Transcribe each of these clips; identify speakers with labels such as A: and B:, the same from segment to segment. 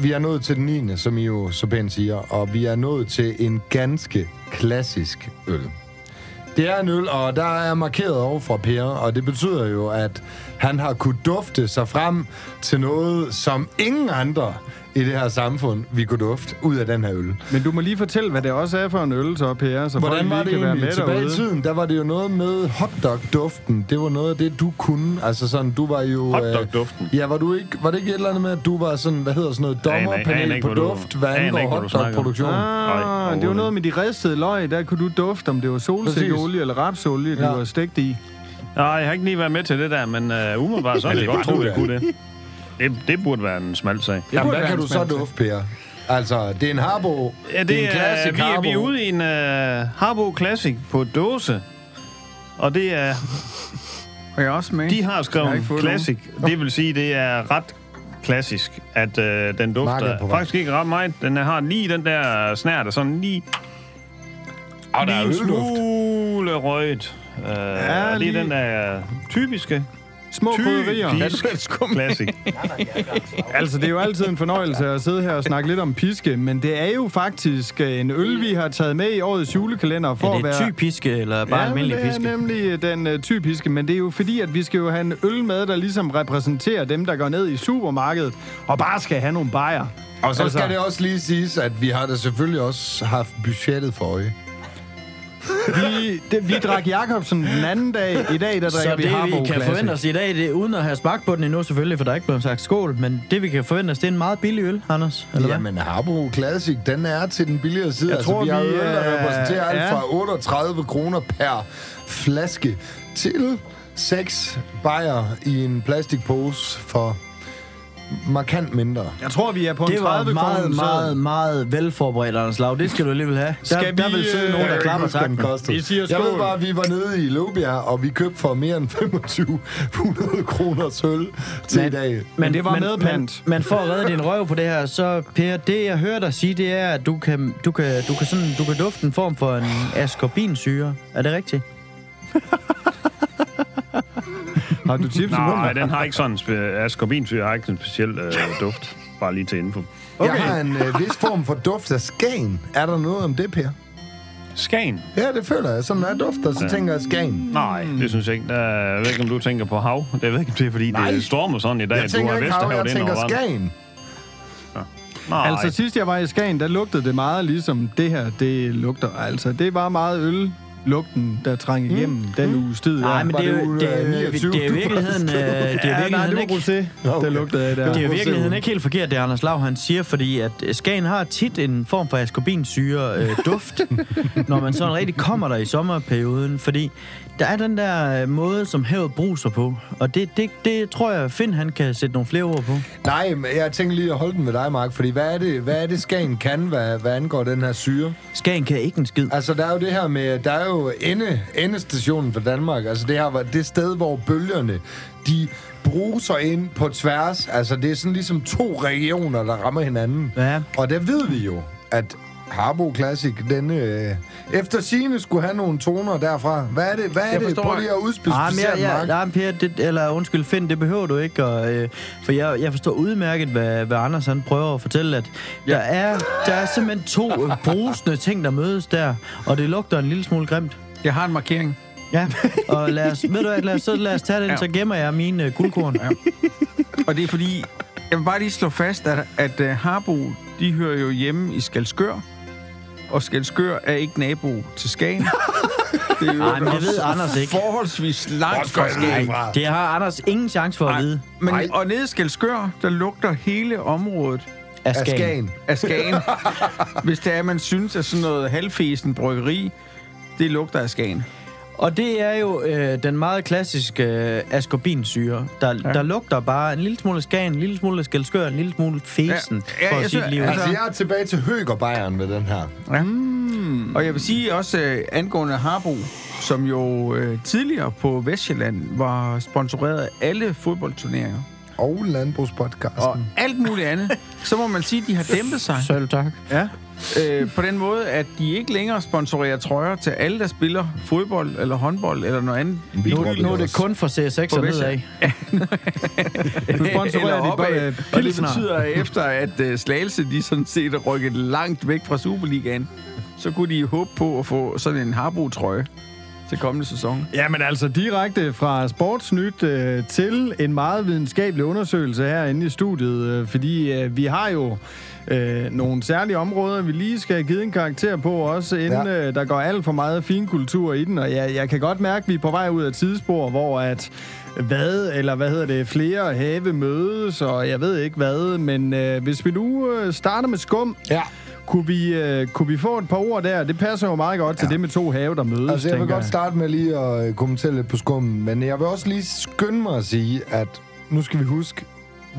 A: Vi er nået til den 9., som I jo så pænt siger, og vi er nået til en ganske klassisk øl. Det er en øl, og der er markeret over fra Per, og det betyder jo, at han har kunne dufte sig frem til noget, som ingen andre i det her samfund vi kunne dufte ud af den her øl.
B: Men du må lige fortælle, hvad det også er for en øl, så Per, så
A: Hvordan
B: folk
A: var
B: lige
A: det
B: kan være
A: egentlig?
B: med
A: Tilbage i
B: derude.
A: tiden, der var det jo noget med hotdog-duften. Det var noget af det, du kunne. Altså sådan, du var jo... øh,
C: Hotdog-duften?
A: Ja, var, du ikke, var det ikke et eller andet med, at du var sådan, hvad hedder sådan noget,
C: Aner- aner
A: dommerpanel
C: ikke,
A: på
C: hvad du-
A: duft, hvad
C: aner
A: angår
C: ikke, hvad du snakker om.
A: hotdog-produktion?
C: Nej,
B: Ah, det var
C: overhovedet
B: noget med de ristede løg. Der kunne du dufte, om det var solsikkeolie eller rapsolie, ja.
A: Ja.
B: du var stegt i.
C: Nej, jeg har ikke lige været med til det der, men uh, umiddelbart så er
A: Men
C: det
A: det
C: godt
A: var
C: tro,
A: du
C: det
A: da.
C: kunne det. det. Det burde være en smal sag.
A: Jamen,
B: burde
A: hvad
B: være
A: kan du
B: en
A: så
B: smag til.
A: dufte, Per? Altså, det er en harbo.
C: Ja, det,
A: det er en
C: er,
A: klassisk
C: vi, er,
A: harbo.
C: vi er ude i en uh, Harbo Classic på dåse. Og det er,
B: Og jeg også med.
C: de har
B: Jeg har
C: skrevet
B: ikke fået
C: Classic. Det vil sige, det er ret klassisk, at øh, den
A: Markedet er på
C: dufter
A: vej.
C: faktisk ikke ret meget. Den har lige den der snært, og sådan lige,
A: Og der
C: lige
A: er
C: en
A: ølduft.
C: smule rødt. Øh, ja, lige.
B: lige-
C: den der øh, typiske,
B: Små krydderier.
C: typisk classic.
B: Altså, det er jo altid en fornøjelse at sidde her og snakke lidt om piske, men det er jo faktisk øh, en øl, vi har taget med i årets julekalender for
D: Er
B: at
D: det
B: være...
D: tyk piske, eller bare ja, almindelig
B: det er
D: piske?
B: nemlig øh, den øh, typiske, men det er jo fordi, at vi skal jo have en øl med, der ligesom repræsenterer dem, der går ned i supermarkedet og bare skal have nogle bajer.
A: Og så
B: Altså-
A: skal det også lige siges, at vi har da selvfølgelig også haft budgettet for øje.
B: Vi, det, vi drak Jacobsen den anden dag. I dag, der drikker
D: Så
B: vi
D: det,
B: Harbo
D: vi kan
B: Classic.
D: forvente os i dag, det er uden at have smagt på den endnu selvfølgelig, for der er ikke blevet sagt skål, men det, vi kan forvente os, det er en meget billig øl, Anders, eller hvad?
A: Jamen, Harbo Classic, den er til den billigere side.
B: Jeg
A: altså,
B: tror,
A: vi har
B: vi,
A: øl, der
B: øh,
A: repræsenterer alt
B: ja.
A: fra 38 kroner per flaske til 6 bajer i en plastikpose for markant mindre.
B: Jeg tror, vi er på en
D: Det var
B: 30
D: meget,
B: kroner.
D: meget, meget velforberedt, Anders Lav. Det skal du alligevel have. Der,
B: Skal
D: der
B: vi,
D: vil sidde
B: øh,
D: nogen,
A: Jeg
D: der
A: kan ikke
D: klapper
A: huske, hvad den
D: takten.
A: kostede.
B: I siger
A: Jeg
B: skål.
A: ved bare, at vi var nede i Løbjerg, og vi købte for mere end 2500 kroner sølv til i dag.
B: Men det var medpant.
D: Men, men for at redde din røv på det her, så Per, det jeg hører dig sige, det er, at du kan, du kan, du kan, sådan, du kan dufte en form for en ascorbinsyre. Er det rigtigt?
B: Har du tips i
C: Nej,
B: munden?
C: den har ikke sådan en spe- ascorbinsyre, har ikke en speciel øh, duft. Bare lige til info.
A: Okay. Jeg har en øh, vis form for duft af skagen. Er der noget om det, Per?
C: Skagen?
A: Ja, det føler jeg. Sådan når jeg dufter, så tænker jeg skagen.
C: Nej, det synes jeg ikke. Der, jeg ved ikke, om du tænker på hav. Det ved jeg ikke, om det er, fordi Nej.
A: Nej.
C: det stormer sådan i dag,
A: Jeg
C: at du
A: tænker
C: har
A: ikke hav,
C: Vesterhavet
A: jeg
C: ind
A: tænker
C: over vandet.
A: Skagen.
C: Nej,
B: Altså sidst jeg var i Skagen, der lugtede det meget ligesom det her, det lugter. Altså det var meget øl lugten, der trængte igennem mm. den uges tid.
D: Nej,
B: ja.
D: men
A: var
D: det er
A: det
D: jo
A: ude
D: det
A: af
D: er, jo-
A: 29,
D: det er jo
A: du
D: virkeligheden, øh, det
B: ja,
D: er
B: nej, det
D: virkeligheden
B: var
D: ikke...
B: rosé,
A: Nå,
B: okay.
A: okay.
B: der lugtede af der.
D: Det
A: Prøv
D: er jo i
A: at se,
D: virkeligheden
A: Ole.
D: ikke helt forkert, det Anders Lav han siger, fordi at øh, Skagen har tit en form for ascorbinsyre øh, duft, når man sådan rigtig kommer der i sommerperioden, fordi der er den der øh, måde, som havet bruser på, og det, det, det tror jeg, Finn han kan sætte nogle flere ord på.
A: Nej, men jeg tænker lige at holde den med dig, Mark, fordi hvad er det, hvad er det Skagen kan, hvad, hvad angår den her syre?
D: Skagen kan ikke en skid.
A: Altså, der er jo det her med, der er jo ende, endestationen for Danmark. Altså, det her var det sted, hvor bølgerne, de bruser ind på tværs. Altså, det er sådan ligesom to regioner, der rammer hinanden.
D: Ja.
A: Og der ved vi jo, at Harbo Classic, den øh, efter sine skulle have nogle toner derfra. Hvad er det? Hvad er
E: Jeg
A: det?
E: forstår
A: Prøv
E: ikke.
A: lige at
D: Ah, men
A: udspecificere
D: jeg,
A: den, Mark.
D: jeg, nej, per, det, eller undskyld, Finn, det behøver du ikke. Og, øh, for jeg, jeg forstår udmærket, hvad, hvad Anders han prøver at fortælle, at ja. der, er, der er simpelthen to øh, brusende ting, der mødes der, og det lugter en lille smule grimt.
E: Jeg har en markering.
D: Ja, og lad os, ved du hvad, lad os, så lad os tage den, ja.
E: Ja.
D: så gemmer jeg mine uh, guldkorn. Ja.
E: Og det er fordi, jeg vil bare lige slå fast, at, at uh, Harbo, de hører jo hjemme i Skalskør. Og Skalskør er ikke nabo til Skagen. Det er jo
D: Ej, men det ved
E: også
D: Anders ikke.
E: Forholdsvis langt
A: Hvor
E: fra
A: skal jeg
E: Skagen.
A: fra?
D: Det har Anders ingen chance for at vide
E: Men,
A: Nej.
E: og nede i Skalskør, der lugter hele området
D: af
A: Af
D: Skagen.
A: Skagen.
E: af Skagen. Hvis det er, man synes, at sådan noget halvfesen bryggeri, det lugter af Skagen.
D: Og det er jo øh, den meget klassiske øh, ascorbinsyre, der, ja. der lugter bare en lille smule af Skagen, en lille smule af Skelskør, en lille smule fesen, ja. Ja, for
E: Ja, ja, jeg
D: at sige
E: synes-
D: det lige ud.
E: altså-
A: Altså, jeg er tilbage til Høgerbejeren med den her.
E: Ja. Mm. Og jeg vil sige også øh, angående Harbo, som jo øh, tidligere på Vestjylland var sponsoreret af alle fodboldturneringer.
A: og landbrugspodcasten.
E: og alt muligt andet, så må man sige, at de har dæmpet sig.
C: Selv tak.
E: Ja. Øh, på den måde, at de ikke længere sponsorerer trøjer til alle, der spiller fodbold eller håndbold eller noget andet.
A: Vi
D: Nu,
A: droppede
D: nu er det
A: os.
D: kun fra CSX
E: På
D: og
E: Vestas.
D: nedad.
B: Nu
E: Eller
B: sponsorerer de
E: opad.
B: bare
E: Og det
B: pilsner.
E: betyder, at efter at øh, Slagelse de sådan set er rykket langt væk fra Superligaen, så kunne de håbe på at få sådan en Harbo-trøje til kommende sæson.
B: Jamen altså direkte fra Sportsnyt øh, til en meget videnskabelig undersøgelse herinde i studiet, øh, fordi øh, vi har jo øh, nogle særlige områder, vi lige skal have givet en karakter på også, inden ja. øh, der går alt for meget finkultur i den, og jeg, jeg kan godt mærke, at vi er på vej ud af et tidsspor, hvor at hvad, eller hvad hedder det, flere have mødes, og jeg ved ikke hvad, men øh, hvis vi nu øh, starter med skum,
A: Ja,
B: kunne vi, øh, kunne vi få et par ord der? Det passer jo meget godt til det med to have, der mødes,
A: altså jeg vil
B: tænker
A: godt starte med lige at øh, kommentere lidt på skummen, men jeg vil også lige skynde mig at sige, at nu skal vi huske,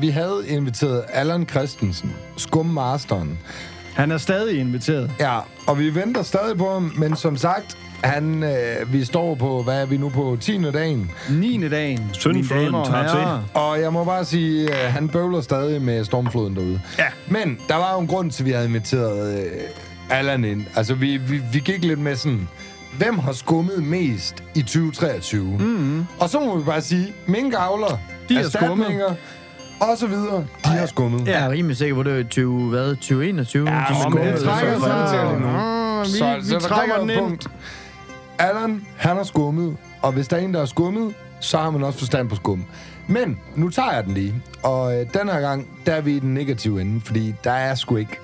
A: vi havde inviteret Allan Christensen, skummasteren,
B: Han er stadig inviteret.
A: Ja, og vi venter stadig på ham, men som sagt, han, øh, vi står på, hvad er vi nu på, 10. dagen.
B: 9. dagen.
C: Syndfloden
B: mine damer og
C: tager til.
B: herrer.
A: Og jeg må bare sige, øh, han bøvler stadig med stormfloden derude. Ja. Men der var jo en grund til, at vi havde inviteret øh, Allan ind. Altså, vi, vi, vi gik lidt med sådan, hvem har skummet mest i 2023? Mm-hmm. Og så må vi bare sige, minkavler,
B: De har
A: erstatninger, og så videre, de Ej. har skummet.
D: Ja. Jeg er rimelig sikker på, det er 20, hvad, 2021? Ja, de
A: men
D: skubbede
A: det trækker sig.
D: sig.
B: Så,
A: nu.
B: Nå, Ah, vi, så, vi
A: der
B: trækker
A: kommer
B: den
A: et
B: ind.
A: punkt. Allan, han har skummet, og hvis der er en, der har skummet, så har man også forstand på skum. Men nu tager jeg den lige, og øh, den her gang, der er vi i den negative ende, fordi der er sgu ikke...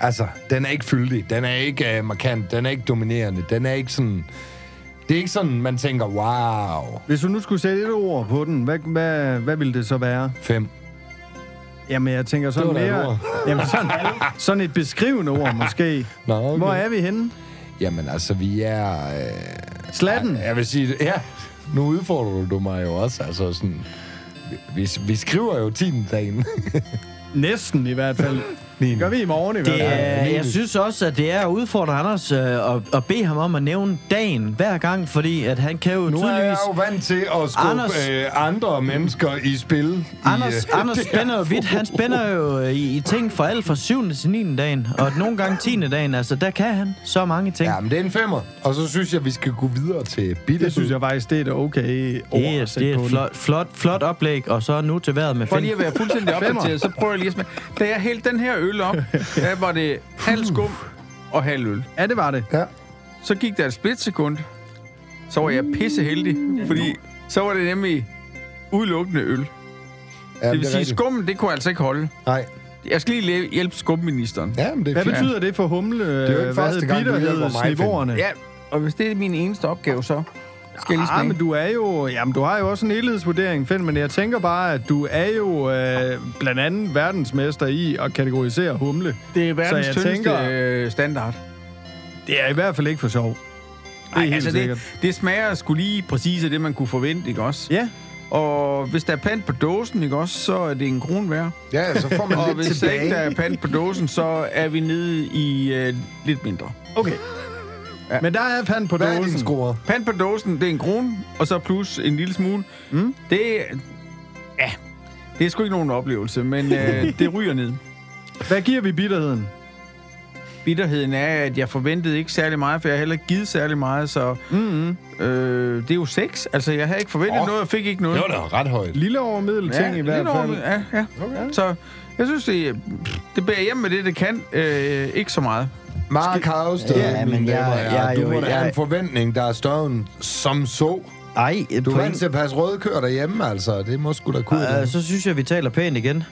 A: Altså, den er ikke fyldig, den er ikke øh, markant, den er ikke dominerende, den er ikke sådan... Det er ikke sådan, man tænker, wow,
B: Hvis du nu skulle sætte et ord på den, hvad, hvad, hvad ville det så være?
A: fem.
B: Jamen, jeg tænker
A: Det
B: sådan
A: var da et
B: mere...
A: ord.
B: Jamen, sådan, sådan et beskrivende ord, måske.
A: Nå, okay.
B: Hvor er vi henne?
A: Jamen, altså, vi er... Øh,
B: Slatten?
A: Ja, Jeg vil sige, ja, nu udfordrer du mig jo også, altså sådan... Vi, vi skriver jo 10. dagen.
B: Næsten i hvert fald.
A: Niende.
B: Gør vi i morgen i hvert
D: Det
B: fald.
D: er,
A: virkelig.
D: jeg synes også, at det er at udfordre Anders øh, at, at bede ham om at nævne dagen hver gang, fordi at han kan jo
A: Nu er jeg
D: tydeligvis...
A: jo vant til at skubbe
D: Anders-
A: Anders, øh, andre mennesker i øh, spil.
D: Anders,
A: i,
D: Anders spænder jo vidt. Han spænder jo øh, i, i ting fra alt fra 7. til 9. dagen, og nogle gange 10. dagen. Altså, der kan han så mange ting.
A: Ja, men det er en femmer. Og så synes jeg, vi skal gå videre til bitte.
B: Det synes jeg faktisk, det er et okay ord
D: Det
A: altså,
B: at
D: er, det
B: sætte
D: er
B: på
D: et
B: den.
D: flot, flot, flot oplæg, og så nu til vejret med
E: For lige
D: Finn.
E: at være fuldstændig opdateret, så prøver jeg lige at smage. Da jeg hældte den her øl op, der var det halv skum og halv øl.
B: Ja, det var det.
A: Ja.
E: Så gik der et splitsekund, så var jeg pisse heldig, fordi så var det nemlig udelukkende øl.
A: Ja,
E: det vil sige,
A: rigtigt.
E: skummen, det kunne jeg altså ikke holde.
A: Nej.
E: Jeg skal lige læ- hjælpe skumministeren.
A: Ja, men det er
B: Hvad
A: fint.
B: betyder det for humle? Det
A: er jo ikke første gang, du hjælper mig, Finn.
E: Ja, og hvis det er min eneste opgave, så skal jeg lige
B: Ja,
E: smage.
B: Ah, men du er jo, jamen, du har jo også en helhedsvurdering, Finn, men jeg tænker bare, at du er jo øh, blandt andet verdensmester i at kategorisere humle.
E: Det er
B: Så jeg
E: verdens tyndeste
B: tænker-
E: øh, standard.
B: Det er i hvert fald ikke for sjov. Det er helt
E: altså
B: sikkert.
E: det, det smager skulle lige præcis af det, man kunne forvente, ikke også?
B: Ja,
E: Og hvis der er pant på dåsen, ikke også, så er det en krone værd.
A: Ja, så får
E: Og
A: man lidt
E: hvis der ikke der
A: tilbage.
E: er pant på dåsen, så er vi nede i øh, lidt mindre.
B: okay. Ja. Men der er pand på
A: Hvad er dine
B: dåsen.
A: skruer?
E: Pant på dåsen, det er en krone, og så plus en lille smule. Mm. Det, er- ja, det er sgu ikke nogen oplevelse, men øh, det ryger ned.
B: Hvad giver vi bitterheden?
E: Bitterheden er, at jeg forventede ikke særlig meget, for jeg har heller ikke givet særlig meget, så
B: Mm-hmm.
E: øh, det er jo seks. Altså, jeg havde ikke forventet oh.
A: Åh,
E: noget, og fik ikke noget.
A: Det var da ret højt.
B: Lille over middel ting i hvert
E: lidt
B: fald.
E: over- Ja, ja. Okay. Så jeg synes, det, det bærer hjem med det, det kan. Øh, ikke så meget.
A: Mark Havsted,
D: Ja,
A: mine
D: men jeg-
A: damer og herrer,
D: jeg er jo-
A: du må da
D: jeg-
A: have en forventning, der er større end som så.
D: Ej,
A: Du er
D: point.
A: vant til at passe rødkør derhjemme, altså. Det må sgu da kunne. det.
D: Øh, så synes jeg, vi taler pænt igen.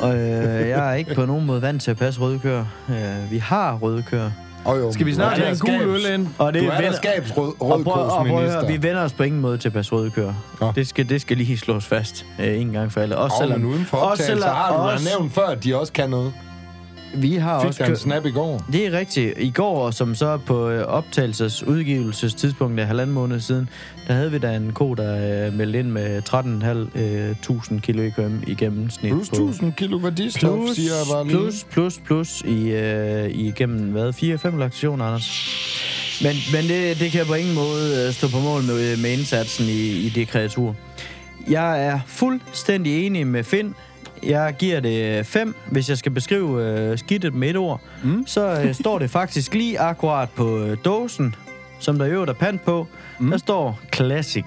D: Og øh, jeg er ikke på nogen måde vant til at passe røde køer. Øh, vi har røde køer.
A: Og jo,
B: Skal vi
A: men-
B: snart
A: Ja,
B: have en
A: skabs-
B: gul øl ind?
D: Og
A: Du er da
D: vender-
A: skabsrød,
D: og prøv, og prøv, at høre,
A: rødkorsminister.
D: vi vender os på ingen måde til at passe røde køer.
A: Nå.
D: Det skal, det skal lige slås fast øh, en gang for alle. Også
A: Og selvom, men uden for optagelser har du også, nævnt før, at de også kan noget.
D: vi har
A: Fik
D: også
A: der en
D: kø-
A: snap i går?
D: Det er rigtigt. I går, og som så på øh, optagelses udgivelsestidspunkt af halvanden måned siden, der havde vi da en ko, der øh, meldte ind med 13.500 øh, kilo EKM i gennemsnit.
A: Plus
D: på-
A: 1000 kilo værdistof,
D: plus,
A: siger jeg bare lige.
D: plus, plus, plus i, øh, i igennem, hvad, 4-5 aktioner, Anders? Men, men det, det kan på ingen måde øh, stå på mål med, med indsatsen i, i det kreatur. Jeg er fuldstændig enig med Finn. Jeg giver det 5. Hvis jeg skal beskrive øh, skidtet med et ord, mm. så øh, står det faktisk lige akkurat på øh, dåsen, som der i øvrigt er pant på. Mm. Der står Classic.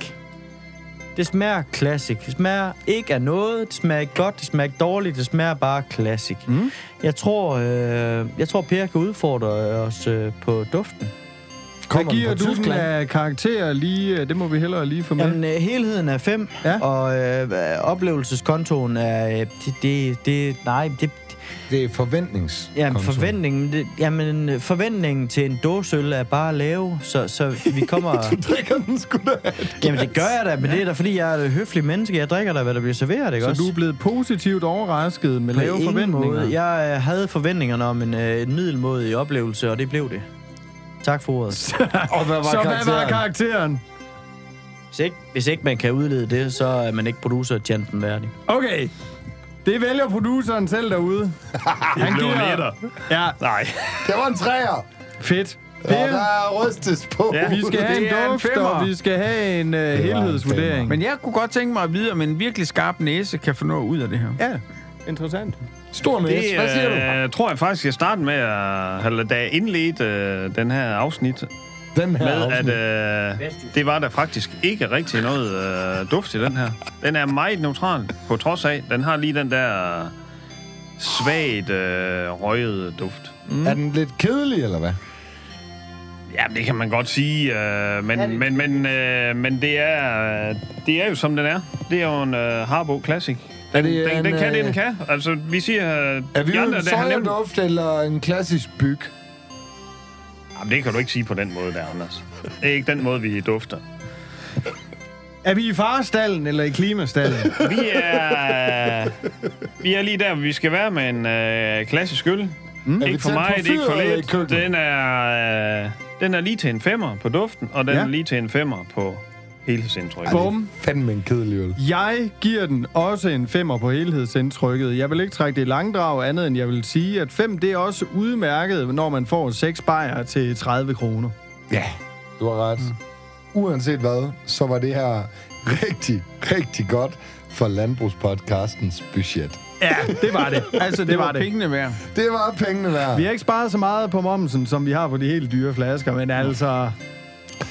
D: Det smager classic. Det smager ikke af noget. Det smager ikke godt. Det smager ikke dårligt. Det smager bare classic. Mm. Jeg tror, øh, jeg tror Per kan udfordre os øh, på duften.
B: Hvad
A: den
B: giver
A: fra
B: du den
A: Tyskland?
B: af karakterer lige? øh, Det må vi hellere lige få med.
D: Jamen, øh, helheden er 5,
B: Ja.
D: ja. og øh, øh, oplevelseskontoen er... Øh, det, det, det, nej, det,
A: Det er forventnings.
D: jamen, forventningen, det, jamen, øh, forventningen til en dåseøl er bare lav, så, så vi kommer...
A: drikker den sgu da.
D: jamen, det gør jeg da, men det er da, fordi jeg er et høfligt menneske. Jeg drikker da, hvad der bliver serveret, ikke
B: Så
D: også?
B: du er blevet positivt overrasket med
D: På
B: lave
D: ingen
B: forventninger?
D: Måde. Jeg øh, havde forventningerne om en, øh, en middelmodig oplevelse, og det blev det. Tak for ordet.
A: Og hvad var
B: Så hvad var
A: karakteren?
B: karakteren?
D: Hvis ikke, hvis ikke man kan udlede det, så er man ikke producer tjanten værdig.
B: Okay. Det vælger produceren selv derude. Han
C: blev en
B: giver-
C: etter.
B: Ja,
C: Nej.
A: Det var en træer.
B: fedt.
A: Og der
B: Per,
A: er rystes på.
C: Ja.
B: vi skal have
E: Det er
B: en
E: en
B: duft,
E: femmer.
B: og vi skal have en uh,
A: en
B: helhedsvurdering.
A: femmer.
E: Men jeg kunne godt tænke mig at vide, om en virkelig skarp næse kan få noget ud af det her.
B: ja, interessant.
A: Stor næse.
C: Det
A: Hvad siger du?
C: øh, tror jeg faktisk, jeg startede med, at, eller, da jeg indledte øh, den her afsnit,
A: Den her
C: med at
A: afsnit.
C: øh, det var der faktisk ikke rigtig noget øh, duft i den her. Den er meget neutral, på trods af, den har lige den der øh, svagt øh, røget duft.
A: Er den lidt kedelig, eller hvad?
C: Jamen, det kan man godt sige, øh, men, men, men, øh, men det, er, øh, det er jo som den er. Det er jo en øh, Harbo Classic. Den,
A: Er det
C: det, den,
A: en,
C: den kan det, den
A: øh,
C: kan. Altså, vi siger... Øh,
A: Er vi
C: de
A: ude i
C: andre,
A: en
C: der har nemt-
A: sojaduft eller en klassisk byg?
C: Jamen, det kan du ikke sige på den måde der, Anders. Det er ikke den måde, vi dufter.
B: Er vi i farestallen eller i klimastallen?
C: Vi er, vi er lige der, hvor vi skal være med en øh, klassisk øl. Mm.
A: Er vi
C: Ikke for
A: tændt
C: mig,
A: på
C: det er ikke
A: fyret eller i
C: for lidt.
A: køkkenet?
C: Den er, øh, den er lige til en femmer på duften, og den
B: Ja.
C: ja. er lige til en femmer på helhedsindtrykket.
B: Bum.
A: Fandme en kedelig øl.
B: Jeg giver den også en femmer på helhedsindtrykket. Jeg vil ikke trække det i langdrag andet, end jeg vil sige, at 5 det er også udmærket, når man får 6 bajer til 30 kroner.
A: Ja, du har ret. Uanset hvad, så var det her rigtig, rigtig godt for landbrugspodcastens budget.
B: Ja, det var det. Altså, det,
E: Det
B: var
E: var
B: det.
E: pengene værd.
A: Det var pengene værd.
B: Vi har ikke sparet så meget på momsen, som vi har på de helt dyre flasker, men altså...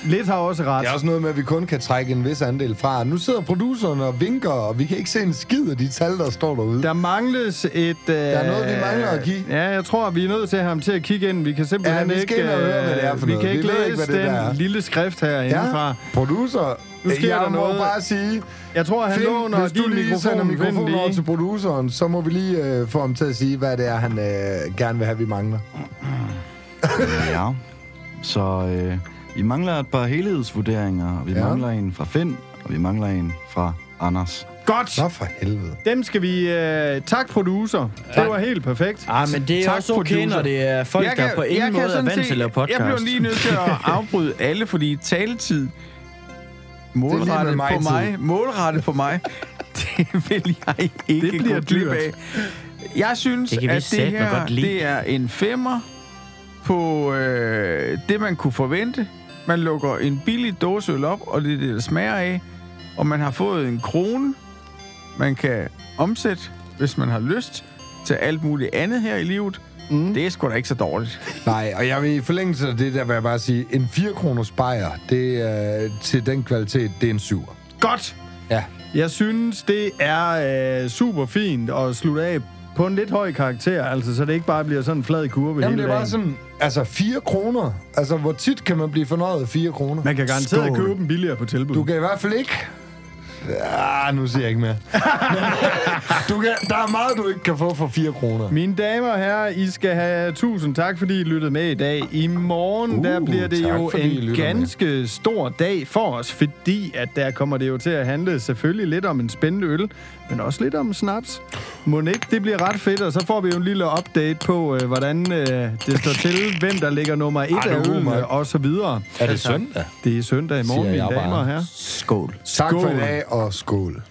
B: Lidt har også ret.
A: Det er også noget med, at vi kun kan trække en vis andel fra. Nu sidder producerne og vinker, og vi kan ikke se en skid af de tal, der står derude.
B: Der mangles et... Øh, der
A: er noget, vi mangler at give.
B: Ja, jeg tror, vi er nødt til at have ham til at kigge ind. Vi kan simpelthen
A: Ja, vi
B: ikke... øh,
A: skal ind og høre, hvad det er for
B: vi
A: noget.
B: kan
A: Vi
B: ikke
A: ved ikke,
B: læse
A: hvad det
B: den
A: der er.
B: lille skrift herindefra. Ja.
A: Producer,
B: Nu sker
A: jeg
B: der
A: må
B: noget.
A: bare sige,
B: Jeg tror, han
A: Finn,
B: låner
A: hvis du
B: din
A: lige sender
B: mikrofon. Vind
A: mikrofonen over
B: lige.
A: til produceren, så må vi lige øh, få ham til at sige, hvad det er, han øh, gerne vil have, vi mangler.
F: Ja, så øh, vi mangler et par helhedsvurderinger. Vi
A: Ja.
F: ja. mangler en fra Finn, og vi mangler en fra Anders.
B: Godt!
A: Nå for helvede.
B: Dem skal vi... Øh, tak, producer. Det var helt perfekt.
D: Ah, men det er
B: Tak,
D: tak, også okay,
B: producer.
D: når det er folk,
E: Jeg
D: der
E: kan-
D: på
E: jeg
D: ingen
E: kan
D: måde er
E: sådan
D: vant
E: set-
D: til at lave podcast.
E: Jeg blev lige nødt til at afbryde alle, fordi taletid
A: mig
E: målrettet mig på
A: tid.
E: mig, målrettet på mig, det vil jeg ikke
B: Det bliver
E: gå glip
B: dyrt.
E: af. Jeg synes,
D: Det
E: det
D: kan vi
E: at det
D: satme
E: her
D: godt lide.
E: det er en femmer på øh, det, man kunne forvente. Man lukker en billig dåseøl op, og det er det, der smager af. Og man har fået en krone, man kan omsætte, hvis man har lyst, til alt muligt andet her i livet. Mm. Det er sgu da ikke så dårligt.
A: Nej, og jeg vil i forlængelse af det der, vil jeg bare sige, en 4 kroners bajer, det er øh, til den kvalitet, det er en 7.
B: Godt!
A: Ja.
B: Jeg synes, det er øh, super fint at slutte af på en lidt høj karakter, altså, så det ikke bare bliver sådan en flad kurve
A: Jamen,
B: hele
A: det er bare
B: dagen.
A: sådan, altså 4 kroner. Altså, hvor tit kan man blive fornøjet af 4 kroner?
B: Man kan garanteret
A: Skål.
B: købe dem billigere på tilbud.
A: Du kan i hvert fald ikke... Ah, nu siger jeg ikke mere. du kan, der er meget, du ikke kan få for 4 kroner.
B: Mine damer og herrer, I skal have tusind tak, fordi I lyttede med i dag. I morgen, uh,
A: Uh,
B: der bliver det
A: tak,
B: jo
A: fordi I
B: en
A: lytter med.
B: ganske med. stor dag for os, fordi at der kommer det jo til at handle selvfølgelig lidt om en spændende øl, men også lidt om snaps. Må ikke, det bliver ret fedt, og så får vi jo en lille update på, øh, hvordan øh, det står til, hvem der ligger nummer et
A: Ej,
B: af
A: nu, mand.
B: ølene, og så videre.
A: Er det søndag?
B: Det er søndag i morgen,
A: Siger
B: mine
A: jeg
B: damer
A: bare.
B: og herrer.
D: Skål.
A: Tak for i
B: Skål.
A: dag, og skål.